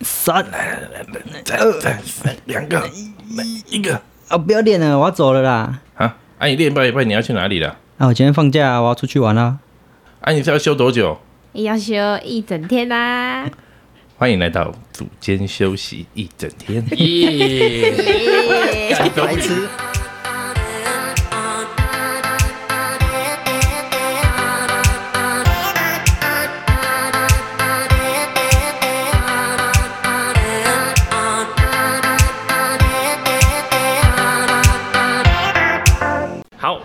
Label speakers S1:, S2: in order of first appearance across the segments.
S1: 三、
S2: 二、两个，一个
S1: 啊，不要练了，我要走了啦。
S2: 啊！啊，你练一半一半，你要去哪里了？
S1: 啊，我今天放假，我要出去玩啦。
S2: 啊，你是要休多久？
S3: 要休一整天啊啦、
S2: 欢迎来到组间休息一整天。
S4: 耶！
S2: 白痴。
S4: 好，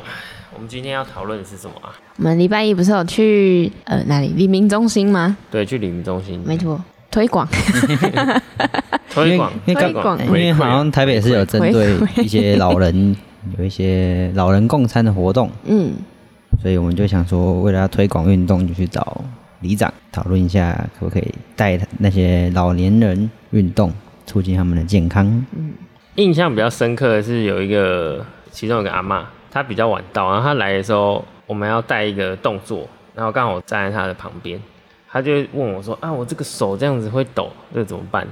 S4: 我们今天要讨论的是什么啊？
S3: 我们礼拜一不是有去呃哪里黎明中心吗？
S4: 对，去旅游中心，
S3: 没错，推广
S4: 推广
S1: 因为因为哎
S3: 推广
S1: 因为好像台北市有针对
S3: 回馈
S1: 一些老人， 有一些老人共餐的活动，
S3: 嗯，
S1: 所以我们就想说，为了要推广运动，就去找里长讨论一下，可不可以带那些老年人运动，促进他们的健康。
S4: 印象比较深刻的是有一个，其中有个阿嬷，她比较晚到，然后她来的时候，我们要带一个动作，然后刚好我站在她的旁边，她就问我说：“啊，我这个手这样子会抖，这个怎么办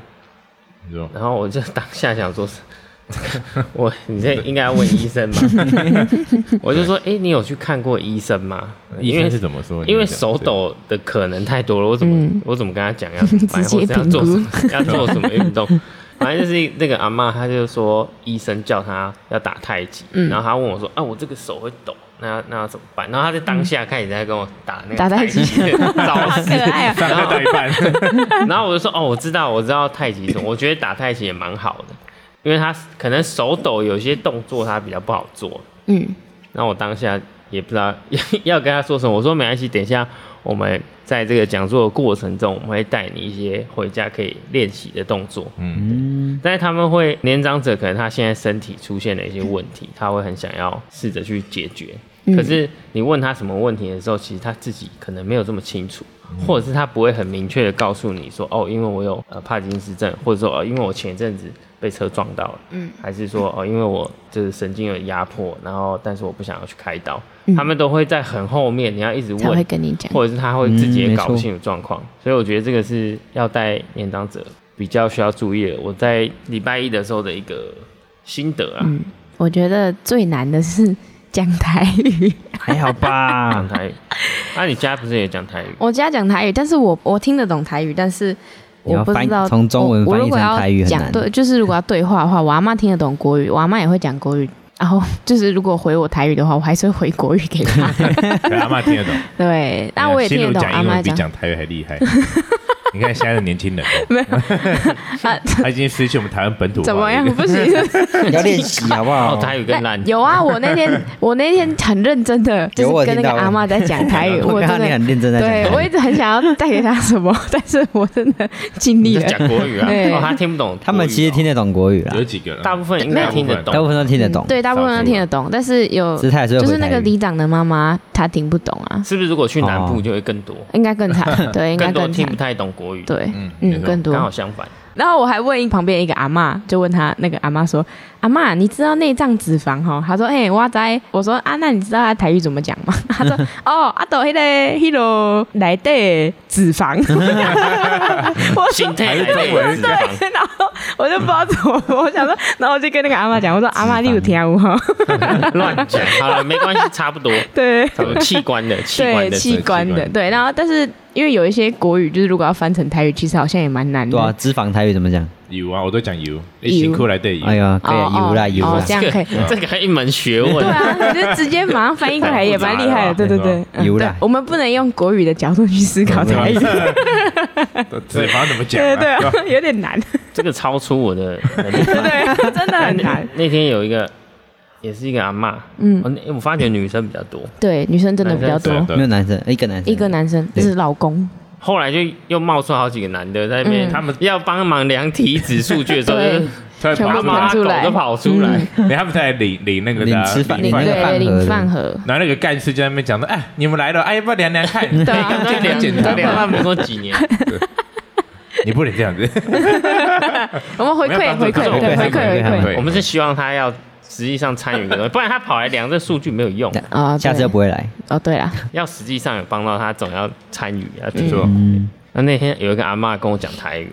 S2: 你说？”
S4: 然后我就当下想说：“ 我你这应该要问医生吧？” 我就说：“哎、你有去看过医生吗？
S2: 医
S4: 因为
S2: 生是怎么说？
S4: 因为
S2: 你讲
S4: 手，抖的可能太多了，我怎么、
S3: 嗯
S4: 我怎么跟他 讲要怎么办，
S3: 直
S4: 或
S3: 接
S4: 者要做什
S3: 评
S4: 么， 要做什么运动？反正就是那个阿嬷，她就说医生叫她要打太极，
S3: 嗯
S4: 然后她问我说啊，我这个手会抖，那要那要怎么办？然后她在当下开始在跟我打那个
S3: 嗯打太
S4: 极 的招
S3: 好可
S4: 式，
S3: 爱啊、
S2: 上课带一 半，
S4: 然后我就说哦，我知道，我知道太极是什么，我觉得打太极也蛮好的，因为她可能手抖有些动作她比较不好做，
S3: 嗯，
S4: 那我当下也不知道 要要跟他说什么，我说没关系，等一下我们在这个讲座的过程中，我们会带你一些回家可以练习的动作。
S2: 嗯，
S4: 但是他们会年长者可能他现在身体出现了一些问题，他会很想要试着去解决。可是你问他什么问题的时候，其实他自己可能没有这么清楚，或者是他不会很明确的告诉你说，哦，因为我有呃帕金斯症，或者说哦，因为我前一阵子被车撞到了，嗯，还是说哦，因为我就是神经有压迫，然后但是我不想要去开刀，他们都会在很后面，你要一直
S3: 才会
S4: 问，
S3: 跟你讲。
S4: 或者是他会自己
S1: 嗯
S4: 也
S1: 没
S4: 搞不
S1: 错
S4: 清楚状况，所以我觉得这个是要带年长者比较需要注意的。我在礼拜一的时候的一个心得啊，
S3: 我觉得最难的是讲台语。
S1: 还好
S4: 讲
S1: 吧？
S4: 台语。啊，你家不是也讲台语？
S3: 我家讲台语，但是我我听得懂台语，但是
S1: 你要
S3: 我不知道
S1: 翻从中文
S3: 我我
S1: 翻译
S3: 如果
S1: 成
S3: 要
S1: 台语很
S3: 讲
S1: 难
S3: 对，就是如果要对话的话，我阿妈听得懂国语，我阿妈也会讲国语。然后就是如果回我台语的话，我还是会回国语给 她。
S2: 可阿妈听得懂。
S3: 对，但
S2: 哎呀
S3: 我也
S2: 心
S3: 听
S2: 如
S3: 得懂
S2: 讲
S3: 阿
S2: 英
S3: 妈
S2: 文比
S3: 讲。
S2: 讲台语还厉害。你看现在的年轻人 哦，
S3: 啊，
S2: 他已经失去我们台湾本土化
S3: 怎么
S2: 了
S3: 样？ 不行。
S1: 要练习好不
S4: 哦，
S1: 好？
S4: 台语跟烂。
S3: 有啊，我那 天我那天很认真的，就
S1: 有我
S3: 是
S1: 有
S3: 跟那
S1: 听
S3: 个
S1: 到
S3: 阿妈在讲台语，
S1: 我
S3: 我
S1: 看
S3: 真
S1: 到你
S3: 的
S1: 很认真在讲台
S3: 对
S1: 语。
S3: 我一直很想要带给她什么，但是我真的尽
S4: 你
S3: 力
S4: 在
S3: 了。
S4: 讲国语 啊？
S3: 对
S4: 哦，他听不懂国语哦。
S1: 他们其实听得懂国语啦
S2: 有，几个人？
S4: 大部分应该听得
S1: 大部
S4: 懂。
S1: 分都听得懂
S3: 嗯。对，大部分都听得懂，但是有
S1: 姿态是会
S3: 就是
S1: 回
S3: 那
S1: 台
S3: 个
S1: 语
S3: 里长的妈妈，她听不懂啊，
S4: 是不是如果去南部
S1: 哦
S4: 就会更多？
S3: 应该更 惨，对，应该
S4: 更多
S3: 更
S4: 听
S3: 惨
S4: 不，太懂国语。，
S3: 对，
S2: 嗯没
S3: 嗯，
S2: 错
S3: 更多
S4: 刚。好相反。
S3: 然后我还问一旁边一个阿嬷，就问她那个阿嬷说：“阿嬷，你知道内脏脂肪哈？”她说：“哎、我在。”我说：“啊，那你知道她台语怎么讲吗？”她说：“哦，阿斗迄个迄个来的脂肪。”我说
S4: 心态来
S2: 还是中文
S4: 自方。
S3: 对，然后我就不知道怎么，我想说，然后我就跟那个阿嬷讲，我说：“阿嬷，你有听有哈
S4: 乱讲。好了，没关系，差不多，？”
S3: 对。
S4: 差不多器官的，器官
S3: 对
S4: 的，
S3: 器官
S2: 器
S3: 的，
S2: 官
S3: 对，然后但是因为有一些国语，就是如果要翻成台语，其实好像也蛮
S4: 嗯
S3: 难的。
S1: 对啊，脂肪台语怎么讲？
S2: 油啊，我都讲油，哎，
S3: 油
S2: 辛苦来
S4: 嗯
S2: 对油
S1: 哎。呀，可以
S3: 哦，
S1: 油啦
S3: 哦
S1: 油
S3: 哦
S1: 啦，
S3: 这样可以。
S4: 这个还一门学问
S3: 对。啊，就直接马上翻译过来也蛮厉害的， 对对对，嗯
S1: 有啦
S3: 对我们不能用国语的角度去思 考台语，
S2: 脂肪怎么讲
S3: 对
S2: 啊？
S3: 对对，有点难，
S4: 这个超出我的 能力。
S3: 对，真的很
S4: 那
S3: 难。
S4: 那天有一个，也是一个阿嬷，
S3: 嗯
S4: 嗯，我发觉女生比较多，
S3: 对，女生真的比较
S2: 对
S3: 多，
S1: 没有男生，一个男生，
S3: 一个男生就
S1: 对
S3: 是老公，
S4: 后来就又冒出好几个男的在那边，
S3: 嗯
S4: 他们要帮忙量体脂数据 的时候，
S3: 对
S4: 就是
S2: 对
S3: 全部
S4: 阿
S2: 他
S4: 嬷
S2: 们
S3: 拿出来嗯
S4: 狗都跑出来，
S2: 哎他们在领领那个的啊
S1: 领吃饭
S3: 领
S1: 领那个饭
S3: 对
S1: 盒
S3: 领饭盒，
S2: 然后那个干事就在那边讲说：“哎，你们来了，哎，要不要量量看？
S3: 对啊
S2: 哎
S4: 他
S2: 这样
S4: 量
S2: 量简
S4: 他
S2: 单
S4: 量
S2: 吧
S4: 他们说几年，
S2: 你不能这样 子，
S3: 我们
S2: 我
S3: 回馈回
S2: 们要帮
S3: 馈
S2: 助
S3: 对回
S2: 他们
S3: 馈
S1: 他们
S3: 回馈
S1: 对
S4: 我们是希望他要实际上参与的东西，不然他跑来量这数据没有用，
S3: 啊，
S1: 下次
S3: 对
S1: 就不会 来。
S3: 哦，对啦，
S4: 要实际上有帮到他，总要参与啊。
S2: 没错，
S1: 嗯，
S4: 那那天有一个阿嬷跟我讲台语，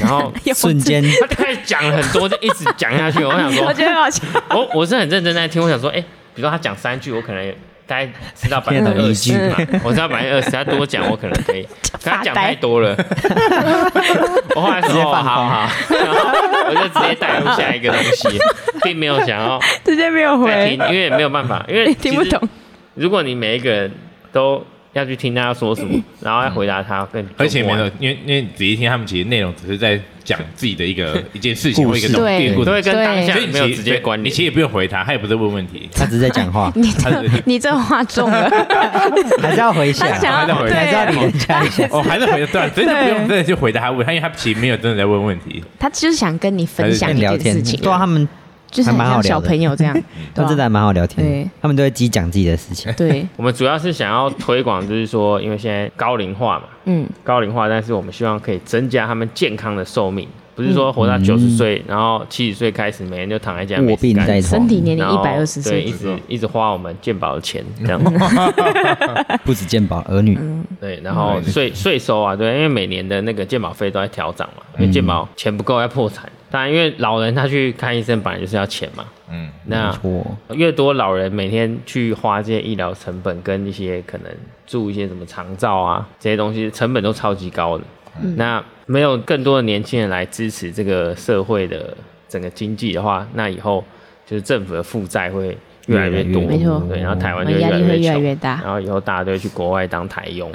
S4: 然后
S3: 有
S1: 瞬间
S4: 他就开始讲了很多，就一直讲下去。我想说
S3: 我，觉得好 笑。
S4: 我我是很认真在听，我想说，哎、比如说他讲三句，我可能大概知道百分之二十嘛，
S3: 嗯
S4: 我知道百分之二十，他多讲我可能可 以，可他讲太多了， 我后来说
S1: 直接
S4: 哦
S1: 放空
S4: 好好， 然后我就直接带入下一个东西，并没有想要
S3: 直接没有
S4: 再
S3: 回
S4: 听，，因为没有办法，因为
S3: 你听不
S4: 其实
S3: 懂。
S4: 如果你每一个人都要去听他说什 么，然后要回答他更，
S2: 而且没有
S3: 啊
S4: 有，，
S2: 因为因为你仔细听，他们其实内容只是在讲自己的一个一件事情
S1: 故
S2: 或一
S1: 事
S2: 个东
S3: 对
S2: 一个故
S4: 你都
S2: 事，
S4: 会跟
S3: 对，
S4: 当下
S2: 所以你
S4: 没有
S2: 其实
S4: 直接关
S2: 你
S4: 联
S2: 其。实也不用回答，他也不是问问题，
S1: 他只是在讲话
S3: 你
S2: 他
S3: 这
S2: 是
S3: 你这话中了，
S1: 还是要回想
S3: 他，想
S2: 要
S3: 要啊
S2: 对
S1: 还是要理人家一下。
S2: 哦，还是回答，对，真的不用真的去回答他问，他因为他其实没有真的在问问题，
S3: 他就是想跟你分享
S1: 跟
S3: 一
S1: 聊天
S3: 件事，情，
S1: 对啊，他们
S3: 就是很
S1: 还蛮好
S3: 像
S1: 聊
S3: 小
S1: 的
S3: 朋友这样，
S1: 他
S3: 对
S1: 们真的
S3: 吧
S1: 还蛮好聊天的
S3: 对，
S1: 他们都会自己讲自己的事情。
S3: 对，
S4: 我们主要是想要推广，就是说，因为现在高龄化嘛，
S3: 嗯，
S4: 高龄化，但是我们希望可以增加他们健康的寿命，不是说活
S2: 嗯
S4: 到九十岁，然后七十岁开始每天就躺在家没
S1: 卧
S4: 事
S1: 病
S4: 干
S1: 在床
S3: 身，体年龄
S4: 然
S3: 一
S4: 后
S3: 百二十
S4: 对，
S3: 岁
S4: 一，直一直花我们健保的钱这 样，嗯
S1: 不止健保儿女，
S3: 嗯
S4: 对，然后税税收啊，对，因为每年的那个健保费都在调涨嘛，
S3: 嗯
S4: 因为健保钱不够要破产，当然因为老人他去看医生本来就是要钱嘛，
S2: 嗯，
S1: 没
S4: 那
S1: 错，
S4: 越多老人每天去花这些医疗成本跟一些可能住一些什么长照啊这些东西，成本都超级高的。
S3: 嗯
S4: 那没有更多的年轻人来支持这个社会的整个经济的话，那以后就是政府的负债会越来越多，
S1: 越来越多
S3: 没错
S4: 对，然后台湾
S3: 我
S4: 就会
S3: 压力
S4: 越来
S3: 会越来
S4: 穷
S3: 越大。
S4: 然后以后大家都会去国外当台 佣，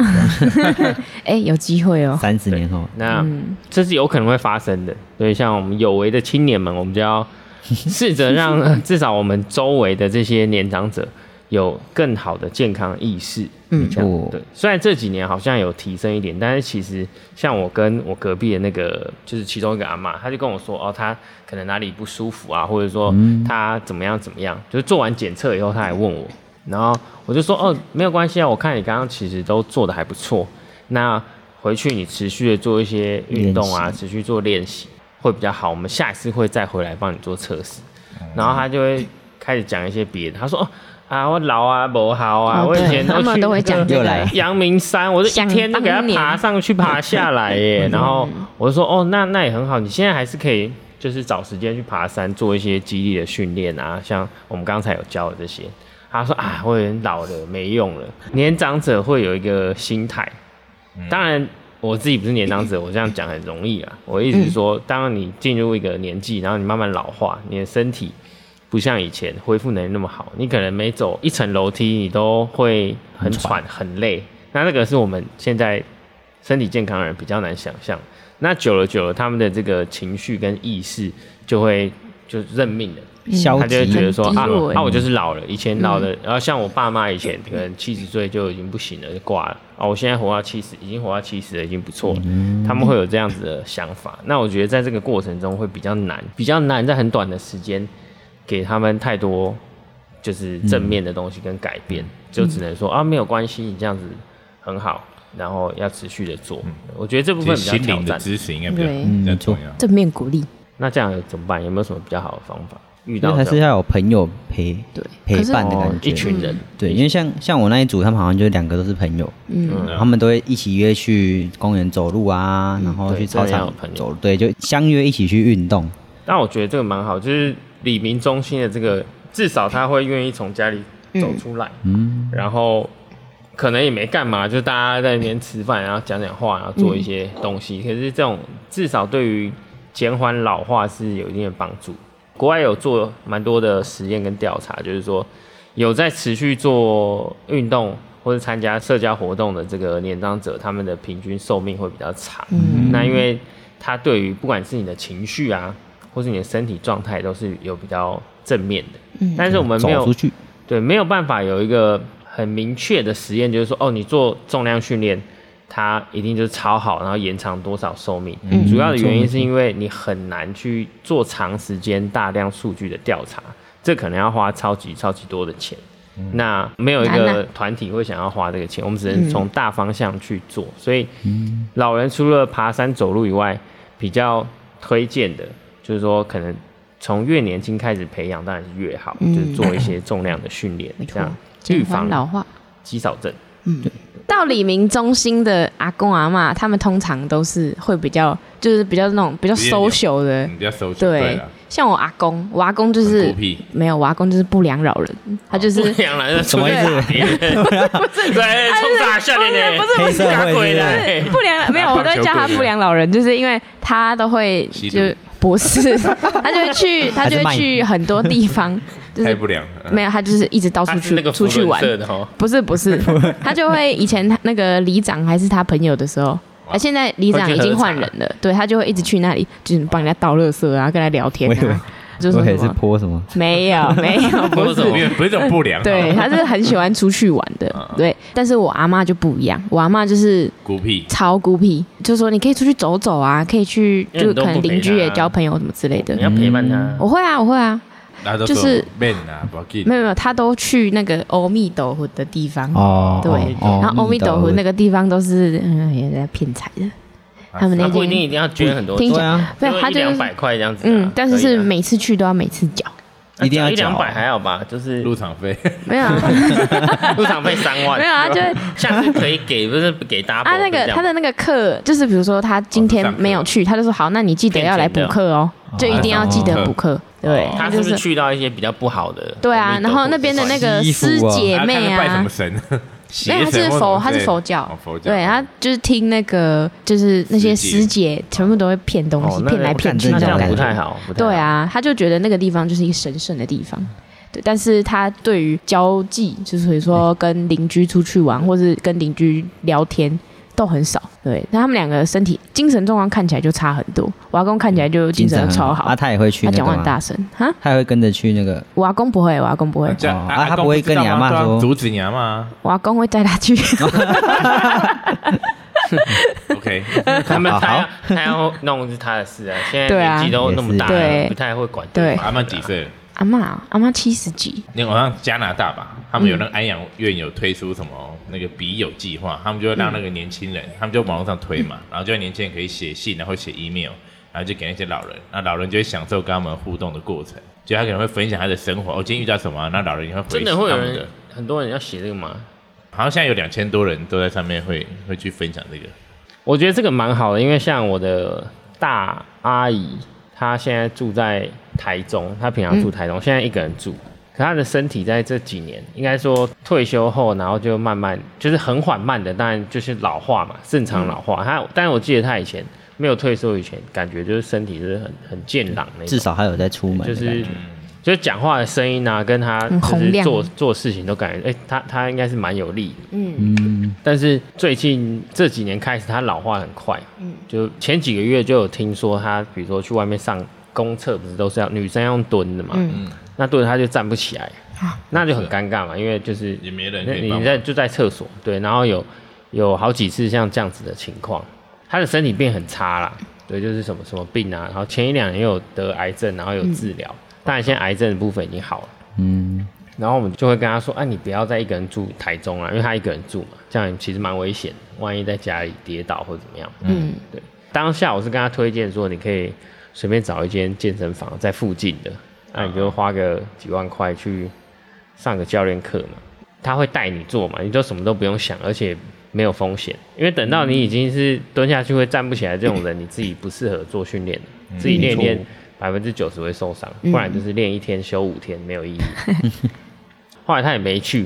S3: 哎，有机会哦，
S1: 三十年后，
S4: 那这是有可能会发生的。所以，像我们有为的青年们，我们就要试着让呃至少我们周围的这些年长者有更好的健康意识。
S3: 嗯
S4: 这样
S1: 哦
S4: 对。虽然这几年好像有提升一点，但是其实像我跟我隔壁的那个，就是其中一个阿嬷，她就跟我说，哦，她可能哪里不舒服啊，或者说她怎么样怎么样，就是做完检测以后，她还问我，然后我就说，哦，没有关系啊，我看你刚刚其实都做的还不错，那回去你持续的做一些运动啊，持续做练习会比较好，我们下一次会再回来帮你做测试。然后他就会开始讲一些别的，他说哦啊，我老啊，不好啊，
S3: 哦
S4: 我以
S3: 对
S4: 前
S3: 他们
S4: 去啊
S3: 都会讲
S4: 那个
S1: 这个又来了
S4: 阳明山，我就一天都给他
S3: 想当年
S4: 爬上去爬下 来耶。然后我就说哦，那那也很好，你现在还是可以。就是找时间去爬山，做一些激励的训练啊，像我们刚才有教的这些。他说啊，我有点老了，没用了。年长者会有一个心态，当然，我自己不是年长者，我这样讲很容易啊。我意思是说，当你进入一个年纪，然后你慢慢老化，你的身体不像以前恢复能力那么好，你可能每走一层楼梯，你都会很喘、很累。那那个是我们现在身体健康的人比较难想象。那久了久了，他们的这个情绪跟意识就会就认命了。
S1: 消
S4: 他就会觉
S1: 极
S4: 得说
S3: 很低
S4: 啊
S3: 落欸
S4: 啊，我就是老了，以前老了，然后像我爸妈以前可能七十岁就已经不行了，就挂了啊，我现在活到七十，已经活到七十了，已经不错了。他们会有这样子的想法，那我觉得在这个过程中会比较难，比较难在很短的时间给他们太多就是正面的东西跟改变，就只能说啊，没有关系，你这样子很好，然后要持续的做。我觉得这部分
S2: 其实
S4: 比较
S2: 心
S4: 挑
S2: 灵的
S4: 战。
S2: 支持应该比较嗯比
S3: 对
S2: 较重要。
S3: 正面鼓励，
S4: 那这样怎么办？有没有什么比较好的方法？遇
S1: 因
S4: 到
S1: 为还
S4: 这
S1: 是
S4: 样
S1: 要有朋友陪
S3: 对
S1: 陪伴的
S4: 哦
S1: 感觉。
S4: 一群人。
S1: 对，因为像像我那一组，他们好像就两个都是朋友，
S3: 嗯，
S1: 他们都会一起约去公园走路啊，然后
S4: 嗯对
S1: 去操
S4: 真的要
S1: 场
S4: 有朋友
S1: 走，对，就相约一起去运动。
S4: 但我觉得这个蛮好，就是李明中心的这个，至少他会愿意从家里走出来，
S1: 嗯，
S4: 然后可能也没干嘛，就大家在那边吃饭，然后讲讲话，然后做一些东西。可是这种至少对于减缓老化是有一定的帮助。国外有做蛮多的实验跟调查，就是说有在持续做运动或者参加社交活动的这个年长者，他们的平均寿命会比较长。
S3: 嗯
S4: 那因为它对于不管是你的情绪啊，或是你的身体状态，都是有比较正面的。
S3: 嗯
S4: 但是我们没
S1: 走
S4: 有
S1: 出去，
S4: 对，没有办法有一个很明确的实验，就是说，哦，你做重量训练，它一定就是超好，然后延长多少寿命。
S3: 嗯
S4: 主要的原因是因为你很难去做长时间大量数据的调查，这可能要花超级超级多的钱。那没有一
S3: 难
S4: 个
S3: 啊嗯
S4: 团体会想要花这个钱，我们只能从大方向去做。所以，老人除了爬山走路以外，比较推荐的就是说，可能从越年轻开始培养，当然是越好，
S3: 嗯
S4: 就是做一些重量的训练
S3: 没，错
S4: 这样预
S3: 减缓
S4: 防
S3: 老化。
S4: 肌少症。
S3: 但到李明中心的阿公阿嬷，他们通常都是会比较，就是比较那种比较
S2: 比较有
S3: social 的，
S2: 你比较啊熟悉
S3: 对
S2: 了，。
S3: 像我阿公，我阿公就
S2: 嗯很
S3: 是
S2: 孤僻，
S3: 没有，我阿公就是不良扰人，他就是啊
S4: 不良了，
S1: 什么意思？
S4: 对，哎冲啥笑脸呢？
S3: 不是
S1: 黑社
S4: 打
S1: 会
S4: 鬼啦
S1: 是？
S3: 不良没有，我都会叫他不良老人，就是因为他都会
S2: 吸毒
S3: 就不是，他就会去，他
S1: 还
S3: 就
S1: 是卖
S3: 会
S1: 淫
S3: 去很多地方，就
S2: 太
S3: 是
S2: 不良。嗯
S3: 没有，他就是一直到
S4: 他
S3: 处
S4: 是那
S3: 去
S4: 个
S3: 出去玩
S4: 福。伦社的哦，
S3: 不是不是，他就会以前他那个里长还是他朋友的时候，啊，现在里长已经换人了，对他就会一直去那里，就是帮人家倒垃圾啊，跟他聊天
S1: 我以为
S3: 啊，就
S1: 我
S3: 说
S1: 以为
S3: 什
S1: 是
S3: 么
S1: 泼什么？
S3: 没有没有不
S4: 泼什
S3: 是
S4: 么。
S2: 没有，不是这种不良，
S3: 对，
S2: 哦
S3: 他是很喜欢出去玩的，对。但是我阿妈就不一样，我阿妈就是
S2: 孤僻，
S3: 超孤僻，就说你可以出去走走啊，可以去，
S4: 因为
S3: 就
S4: 你都
S3: 可
S4: 不哦
S3: 能邻居也交朋友什么之类的
S4: 你。要陪伴他。
S3: 我会啊，我会啊，
S2: 大家都
S3: 就
S2: 说
S3: 是
S2: man 啊，不要紧
S3: 没有没有，他都去那个欧密斗湖的地方，
S1: 哦，
S3: 对
S1: 哦
S3: 然后欧密斗湖那个地方都是嗯也在骗财的，他
S2: 啊
S3: 们那
S4: 他不一定
S3: 间
S4: 一定要捐很多，
S3: 听
S1: 对啊，
S3: 对，他
S4: 一
S3: 就
S4: 两
S3: 是
S4: 百块这样子啊。
S3: 嗯，但是
S4: 可以
S3: 是
S4: 啊
S3: 每次去都要每次缴，
S1: 一定要啊
S4: 一
S1: 缴
S4: 两百
S3: 啊
S4: 还好吧， 就是
S2: 入场费，
S3: 没有 啊
S4: 入场费三万，
S3: 没有啊，就会
S4: 下次可以给，不是给 double
S3: 啊，那
S4: 这
S3: 个
S4: 样
S3: 他的那个课，就是比如说他今天没有去，他就说好，那你记得要来补课哦，就一定要记得补课。对，
S4: 他是
S3: 就
S4: 不是去到一些比较不好的？
S3: 对啊，然后那边的那个师姐
S2: 啊看
S3: 妹
S2: 他拜什
S3: 啊
S2: 么，神？邪
S3: 没有，他
S2: 神
S3: 是
S2: 或
S3: 佛，
S2: 什么
S3: 他
S2: 之
S3: 是
S2: 类的
S3: 佛教
S2: 哦，佛教，
S3: 对，他就是听那个就是那些师姐全部都会骗东西，
S4: 哦那
S3: 骗来骗去
S1: 那
S4: 那
S1: 这
S4: 这
S1: 样
S4: 样
S1: 不
S4: 不
S1: 太
S4: 太好，不太
S3: 对，啊，他就觉得那个地方就是一个神圣的地方。对，但是他对于交际，就是比如说跟邻居出去玩，或是跟邻居聊天。都很少，对，但他们两个身体、精神状况看起来就差很多。我阿公看起来就精神
S1: 很
S3: 超好，
S1: 啊，他也会去
S3: 他
S1: 那
S3: 讲
S1: 个
S3: 话很
S1: 吗？
S3: 大声哈，
S1: 他也会跟着去那 个
S3: 我阿公不会，我阿公不会，
S2: 这样
S1: 哦
S2: 啊
S1: 啊他
S2: 阿公
S1: 不会
S2: 知道
S1: 跟你阿
S2: 吗
S1: 嬷
S2: 对啊
S1: 说
S2: 阻止你阿妈啊。
S3: 我阿公会带他去。
S2: OK，
S4: 他们
S1: 好
S4: 他要他要弄是他的事啊，现在
S3: 对啊
S4: 年纪都那么大
S3: 也是
S4: 了，
S3: 对
S4: 不太会管。
S3: 对
S2: 阿曼几岁了？
S3: 阿妈，阿妈七十几，
S2: 那个好像加拿大吧，他们有
S4: 嗯
S2: 那个安养院有推出什么那个笔友计划，他们就会
S4: 嗯
S2: 让那个年轻人，他们就网络上推嘛，然后就年轻人可以写信，然后写 email，然后就给那些老人，那老人就会享受跟他们互动的过程，就他可能会分享他的生活，我、今天遇到什么啊、那老人也会回
S4: 真的会
S2: 他
S4: 有
S2: 们
S4: 人
S2: 的，
S4: 很多人要写这个吗？
S2: 好像现在有两千多人都在上面会会去分享这个，
S4: 我觉得这个蛮好的，因为像我的大阿姨，她现在住在台中，她平常住台中，现在一个人住。可她的身体在这几年，应该说退休后，然后就慢慢就是很缓慢的，当然就是老化嘛，正常老化。她，但是我记得她以前没有退休以前，感觉就是身体就是很很健朗那种，
S1: 至少还有在出门的
S4: 就
S1: 感觉，
S4: 是就是讲话的声音啊，跟她
S3: 很
S4: 就
S3: 嗯洪
S4: 是
S3: 亮
S4: 做做事情都感觉，哎、她她应该是蛮有力的。
S3: 嗯，
S1: 嗯，
S4: 但是最近这几年开始，他老化很快。嗯，就前几个月就有听说他，比如说去外面上公厕，不是都是要女生要用蹲的嘛？
S3: 嗯
S4: 嗯，那蹲着他就站不起来，那就很尴尬嘛，因为就是
S2: 也没人
S4: 那
S2: 可以
S4: 你
S2: 帮
S4: 在
S2: 忙。
S4: 就在厕所对，然后有有好几次像这样子的情况，他的身体变很差啦，对，就是什么什么病啊，然后前一两年又有得癌症，然后有治疗，当然现在癌症的部分已经好了。
S1: 嗯，
S4: 然后我们就会跟他说：“啊，你不要再一个人住台中啊了，因为他一个人住嘛，这样其实蛮危险，万一在家里跌倒或怎么样。”
S3: 嗯，
S4: 对。当下我是跟他推荐说，你可以随便找一间健身房在附近的，那你就花个几万块去上个教练课嘛，他会带你做嘛，你就什么都不用想，而且没有风险，因为等到你已经是蹲下去会站不起来这种人，你自己不适合做训练的，自己练一练百分之九十会受伤，不然就是练一天休五天没有意义。后来他也没去，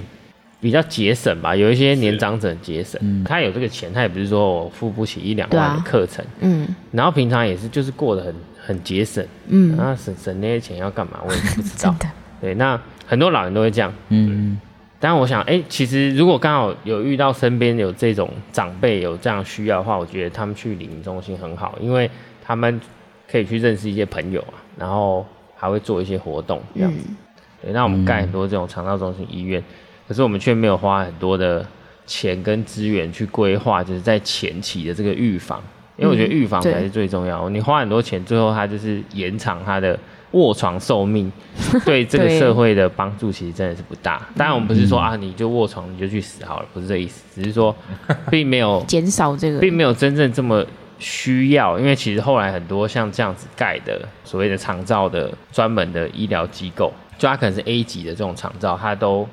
S4: 比较节省吧，有一些年长者很节省，他有这个钱，他也不是说我付不起一两万
S3: 对
S4: 的
S3: 啊
S4: 课程，
S3: 嗯，
S4: 然后平常也是就是过得很很节省，
S3: 嗯
S4: 然后省省那些钱要干嘛，我也不知
S3: 真
S4: 道。
S3: 的，
S4: 对，那很多老人都会这样，
S1: 嗯，
S4: 但我想，哎、其实如果刚好有遇到身边有这种长辈有这样需要的话，我觉得他们去领中心很好，因为他们可以去认识一些朋友啊，然后还会做一些活动这样子。
S3: 嗯
S4: 对，那我们盖很多这种肠道中心医院，可是我们却没有花很多的钱跟资源去规划，就是在前期的这个预防，因为我觉得预防才是最重要。你花很多钱，最后它就是延长它的卧床寿命，对这个
S3: 对
S4: 社会的帮助其实真的是不大。当然，我们不是说啊你就卧床你就去死好了，不是这意思，只是说并没有
S3: 减少这个，
S4: 并没有真正这么需要，因为其实后来很多像这样子盖的所谓的长照的专门的医疗机构，就它可能是 A 级的这种长照，它都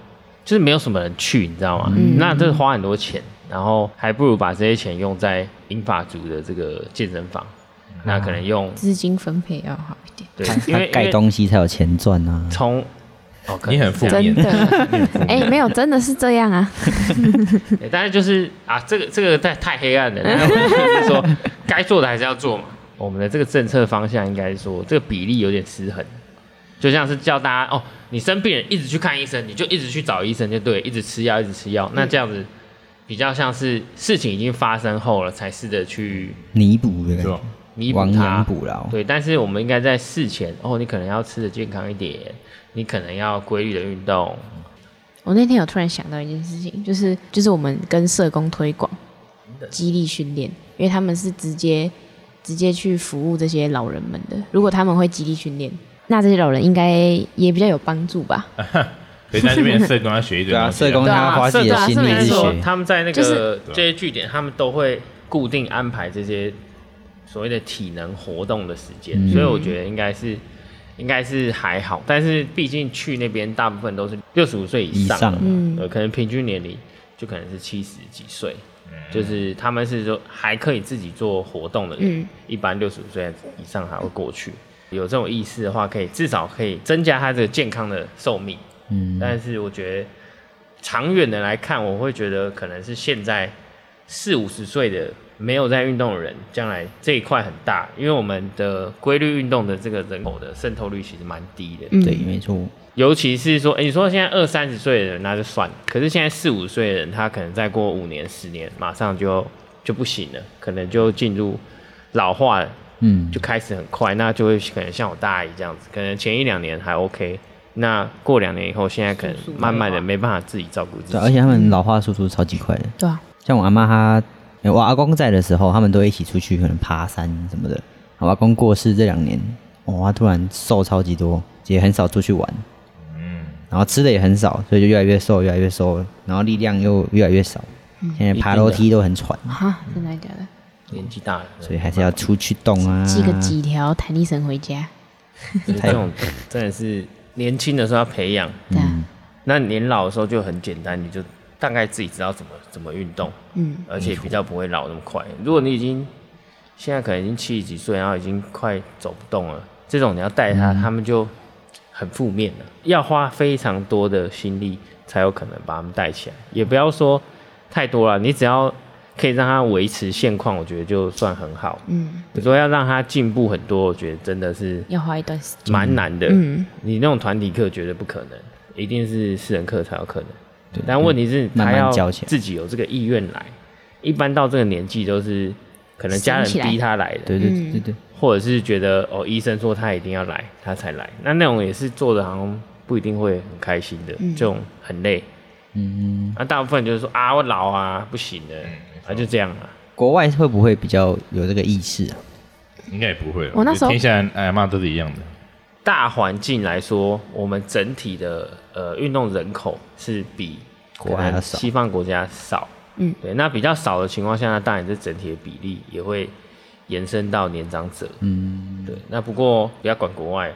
S4: 就是没有什么人去，你知道吗？那这花很多钱，然后还不如把这些钱用在英法族的这个健身房，那可能用
S5: 资金分配要好一点。
S4: 对
S1: 他，
S4: 因为
S1: 嗯他盖
S4: 因为
S1: 东西才有钱赚啊。
S4: 从哦，可能
S2: 你很
S4: 是这样
S2: 负
S3: 真
S2: 面
S3: 的，哎、没有，真的是这样啊，
S4: 对但是就是啊，这个这个太太黑暗了。但我就是说，该做的还是要做嘛。我们的这个政策方向应该是说，这个比例有点失衡，就像是叫大家哦，你生病了一直去看医生，你就一直去找医生就对，一直吃药，一直吃药。那这样子比较像是事情已经发生后了，才试着去
S1: 弥补的感
S2: 是吧
S1: 觉，？
S4: 弥补
S1: 亡
S4: 它
S1: 羊。补牢。
S4: 对，但是我们应该在事前哦，你可能要吃的健康一点，你可能要规律的运动，
S3: 我那天有突然想到一件事情，就是就是我们跟社工推广激励训练，因为他们是直接直接去服务这些老人们的。如果他们会激励训练，那这些老人应该也比较有帮助吧？
S2: 所以在这边社工要学一堆
S1: 对啊，
S2: 东西
S1: 社工
S4: 对
S1: 他
S4: 啊，
S1: 要花自己的心力去
S4: 是说
S1: 学，
S4: 他们在那
S3: 就是
S4: 个这些据点，他们都会固定安排这些所谓的体能活动的时间，
S1: 嗯
S4: 所以我觉得应该是应该是还好，但是毕竟去那边大部分都是六十五岁以
S1: 以
S4: 上，
S1: 上啊
S3: 嗯，
S4: 呃，可能平均年龄就可能是七十几岁。
S1: 嗯
S4: 就是他们是说还可以自己做活动的人，
S3: 嗯
S4: 一般六十五岁以上还会过去。有这种意识的话，可以至少可以增加他这个健康的寿命。
S1: 嗯，
S4: 但是我觉得长远的来看，我会觉得可能是现在四五十岁的没有在运动的人，将来这一块很大，因为我们的规律运动的这个人口的渗透率其实蛮低的，
S3: 嗯
S1: 对，没错，
S4: 尤其是说，诶你说现在二三十岁的人那就算了，可是现在四五岁的人，他可能再过五年、十年，马上就就不行了，可能就进入老化了。
S1: 嗯
S4: 就，开始很快，那就会可能像我大阿姨这样子，可能前一两年还 OK，那过两年以后，现在可能慢慢的没办法自己照顾自
S1: 对，而
S4: 己。
S1: 且他们老化速度超级快的。
S3: 对啊，
S1: 像我阿妈她，呃我阿公在的时候，他们都一起出去可能爬山什么的。我阿公过世这两年，哇、他突然瘦超级多，也很少出去玩，
S2: 嗯，
S1: 然后吃的也很少，所以就越来越瘦，越来越瘦，然后力量又越来越少。
S3: 嗯
S1: 现在爬楼梯都很喘，
S3: 哈，啊真的假的？
S4: 年纪大了，
S1: 所以还是要出去动啊。
S3: 系个几条弹力绳回家，
S4: 所以这种真的是年轻的时候要培养，
S3: 对啊，
S4: 那年老的时候就很简单，你就大概自己知道怎么怎么运动，
S3: 嗯，
S4: 而且比较不会老那么快。如果你已经现在可能已经七十几岁，然后已经快走不动了，这种你要带
S3: 嗯
S4: 他，他们就很负面了，要花非常多的心力才有可能把他们带起来。也不要说太多了，你只要可以让他维持现况，我觉得就算很好。
S3: 嗯，
S4: 你说要让他进步很多，我觉得真的是
S3: 要花一段时间，
S4: 蛮难的。
S3: 嗯，
S4: 你那种团体课绝对不可能，一定是私人课才有可能。但问题是，
S1: 慢
S4: 他
S1: 慢
S4: 要
S1: 教起来
S4: 自己有这个意愿来。一般到这个年纪都是可能家人
S3: 想起来
S4: 逼他来的，
S1: 对对对
S3: 嗯
S1: 对对，
S4: 或者是觉得哦，医生说他一定要来，他才来。那那种也是做的，好像不一定会很开心的，这种很累。
S1: 嗯，
S4: 那大部分就是说啊，我老啊，不行了，啊就这样啊。
S1: 国外会不会比较有这个意识啊？
S2: 应该也不会了。啊
S3: 我那时
S2: 觉
S3: 候
S2: 得天下人哎妈都是一样的，
S4: 大环境来说，我们整体的呃运动人口是比
S1: 国外要少
S4: 西方国家少，
S3: 嗯，
S4: 对。那比较少的情况下，那当然这整体的比例也会延伸到年长者，
S1: 嗯，
S4: 对。那不过不要管国 外，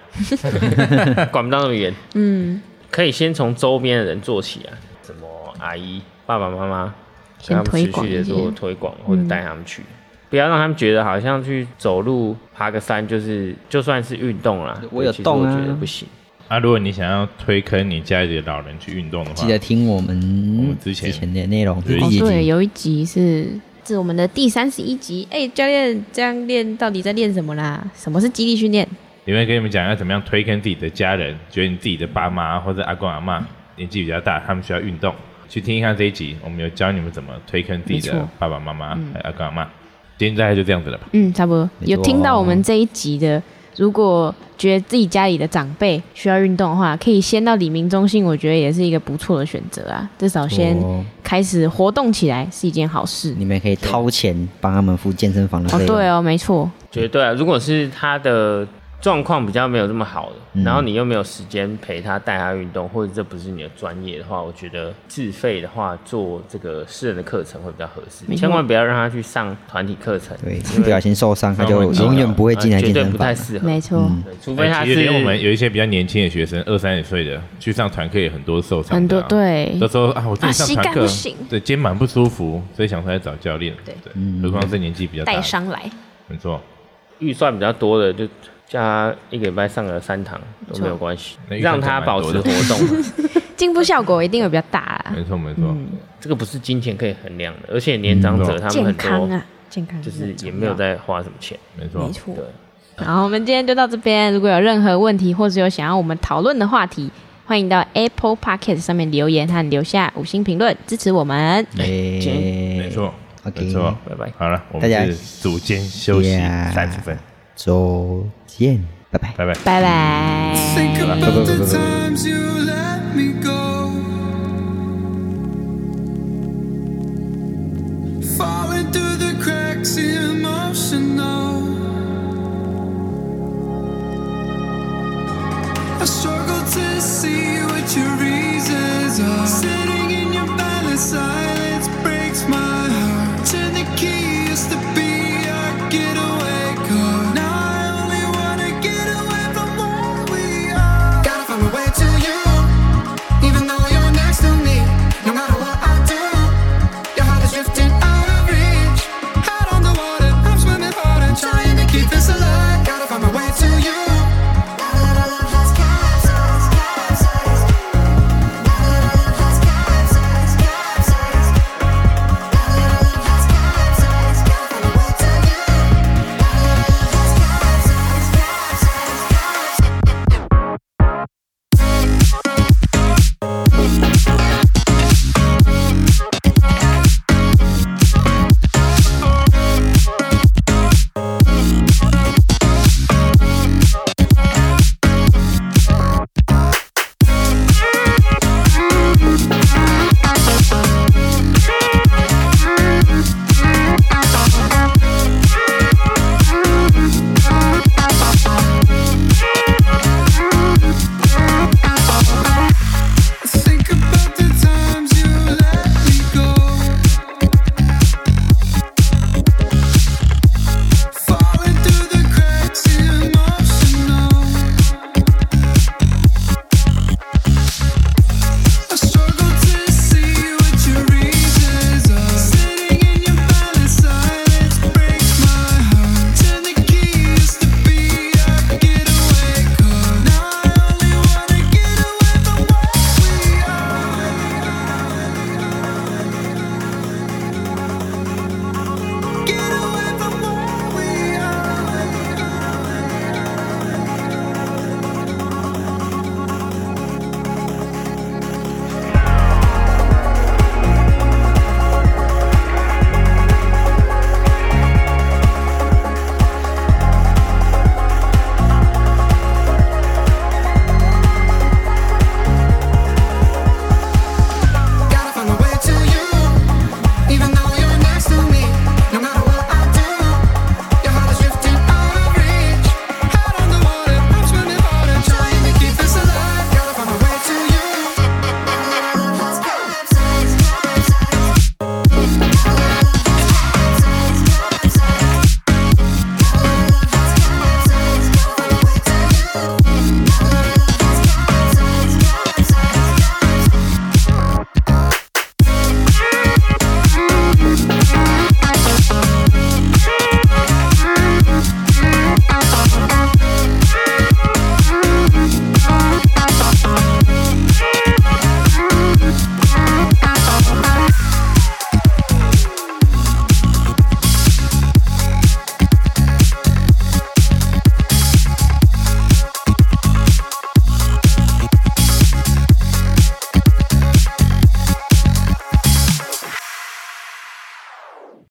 S4: 管不到那么远，
S3: 嗯，
S4: 可以先从周边的人做起啊，什么阿姨、爸爸妈妈，
S3: 先
S4: 让他们
S3: 推
S4: 持
S3: 广
S4: 续的
S3: 一些嗯
S4: 做推广或者带他们去。不要让他们觉得好像去走路、爬个山就是就算是运动啦。
S1: 我有
S4: 对其实
S1: 动啊
S4: 我觉得不行。
S2: 啊，如果你想要推坑你家里的老人去运动的话
S1: 记，得听我们
S2: 们之前
S1: 的内容，
S2: 对
S1: 第
S3: 哦，
S1: 一集
S3: 对，有一集是是我们的第三十一集，哎、教练这样练到底在练什么啦？什么是激励训练？
S2: 里面跟你们讲要怎么样推坑自己的家人，觉得你自己的爸妈或者阿公阿妈年纪比较大，他们需要运动，去听一下这一集，我们有教你们怎么推坑自己
S3: 没
S2: 的
S3: 错
S2: 爸爸妈妈、还有阿公阿妈。今天大概就这样子了吧？
S3: 嗯，差不多。
S1: 没错
S3: 有听到我们这一集的，如果觉得自己家里的长辈需要运动的话，可以先到李明中心，我觉得也是一个不错的选择啊。至少先
S1: 哦
S3: 开始活动起来是一件好事。
S1: 你们可以掏钱帮他们付健身房的
S3: 哦
S1: 费，用。
S3: 对哦，没错，
S4: 绝对啊！如果是他的状况比较没有这么好
S1: 嗯
S4: 的，然后你又没有时间陪他带他运动，或者这不是你的专业的话，我觉得自费的话做这个私人的课程会比较合适，
S3: 没错
S4: 千万不要让他去上团体课程，
S1: 对，
S4: 因
S1: 一不
S4: 为
S1: 小心受伤，他
S2: 那我
S1: 就
S2: 们知道
S1: 永远不会进来
S4: 呃绝
S1: 健
S4: 对嗯
S1: 身
S4: 不太
S1: 房。
S4: 适合，
S3: 没错，
S4: 对，除非他
S2: 哎其实
S4: 是
S2: 连我们有一些比较年轻的学生，二三十岁的去上团课也很多受伤的啊，
S3: 很多对
S2: 都说啊，我自己上
S3: 啊膝
S2: 团
S3: 盖
S2: 课
S3: 不行，
S2: 对肩膀不舒服，所以想出来找教练。
S5: 对
S2: 对，啊何况是年纪比较大
S3: 带
S2: 的，
S3: 伤来，
S2: 没错。
S4: 预算比较多的，就叫他一个礼拜上个三堂都没有关系
S2: 那，预算
S4: 让他
S2: 就蛮
S4: 保
S2: 多
S4: 持
S2: 的
S4: 活动嘛。
S3: 进步效果一定会比较大啊啦。
S2: 没错，没错，
S3: 嗯
S4: 这个不是金钱可以衡量的，而且年长者他们
S3: 健
S4: 很
S3: 康
S4: 多
S3: 啊，健康
S4: 就是也
S3: 啊
S4: 没有在花什么钱，
S2: 没错
S3: 没。错
S4: 对。
S3: 然后我们今天就到这边，如果有任何问题或者有想要我们讨论的话题，欢迎到 Apple Podcast 上面留言和留下五星评论支持我们。
S4: 哎
S1: 哎耶
S2: 没错，
S1: OK
S2: 没错，
S4: 拜拜
S2: 好了，我
S1: 大家
S2: 们是组间休息
S1: Yeah
S2: 三十分，
S1: 周见，拜拜。
S2: 拜拜。
S3: 拜拜。
S6: Think
S1: Bye-bye,
S6: about the
S1: bye-bye, bye-bye.
S6: times you let me go. Falling through the cracks, emotional. I struggle to see what your reasons are. Sitting in your silence breaks my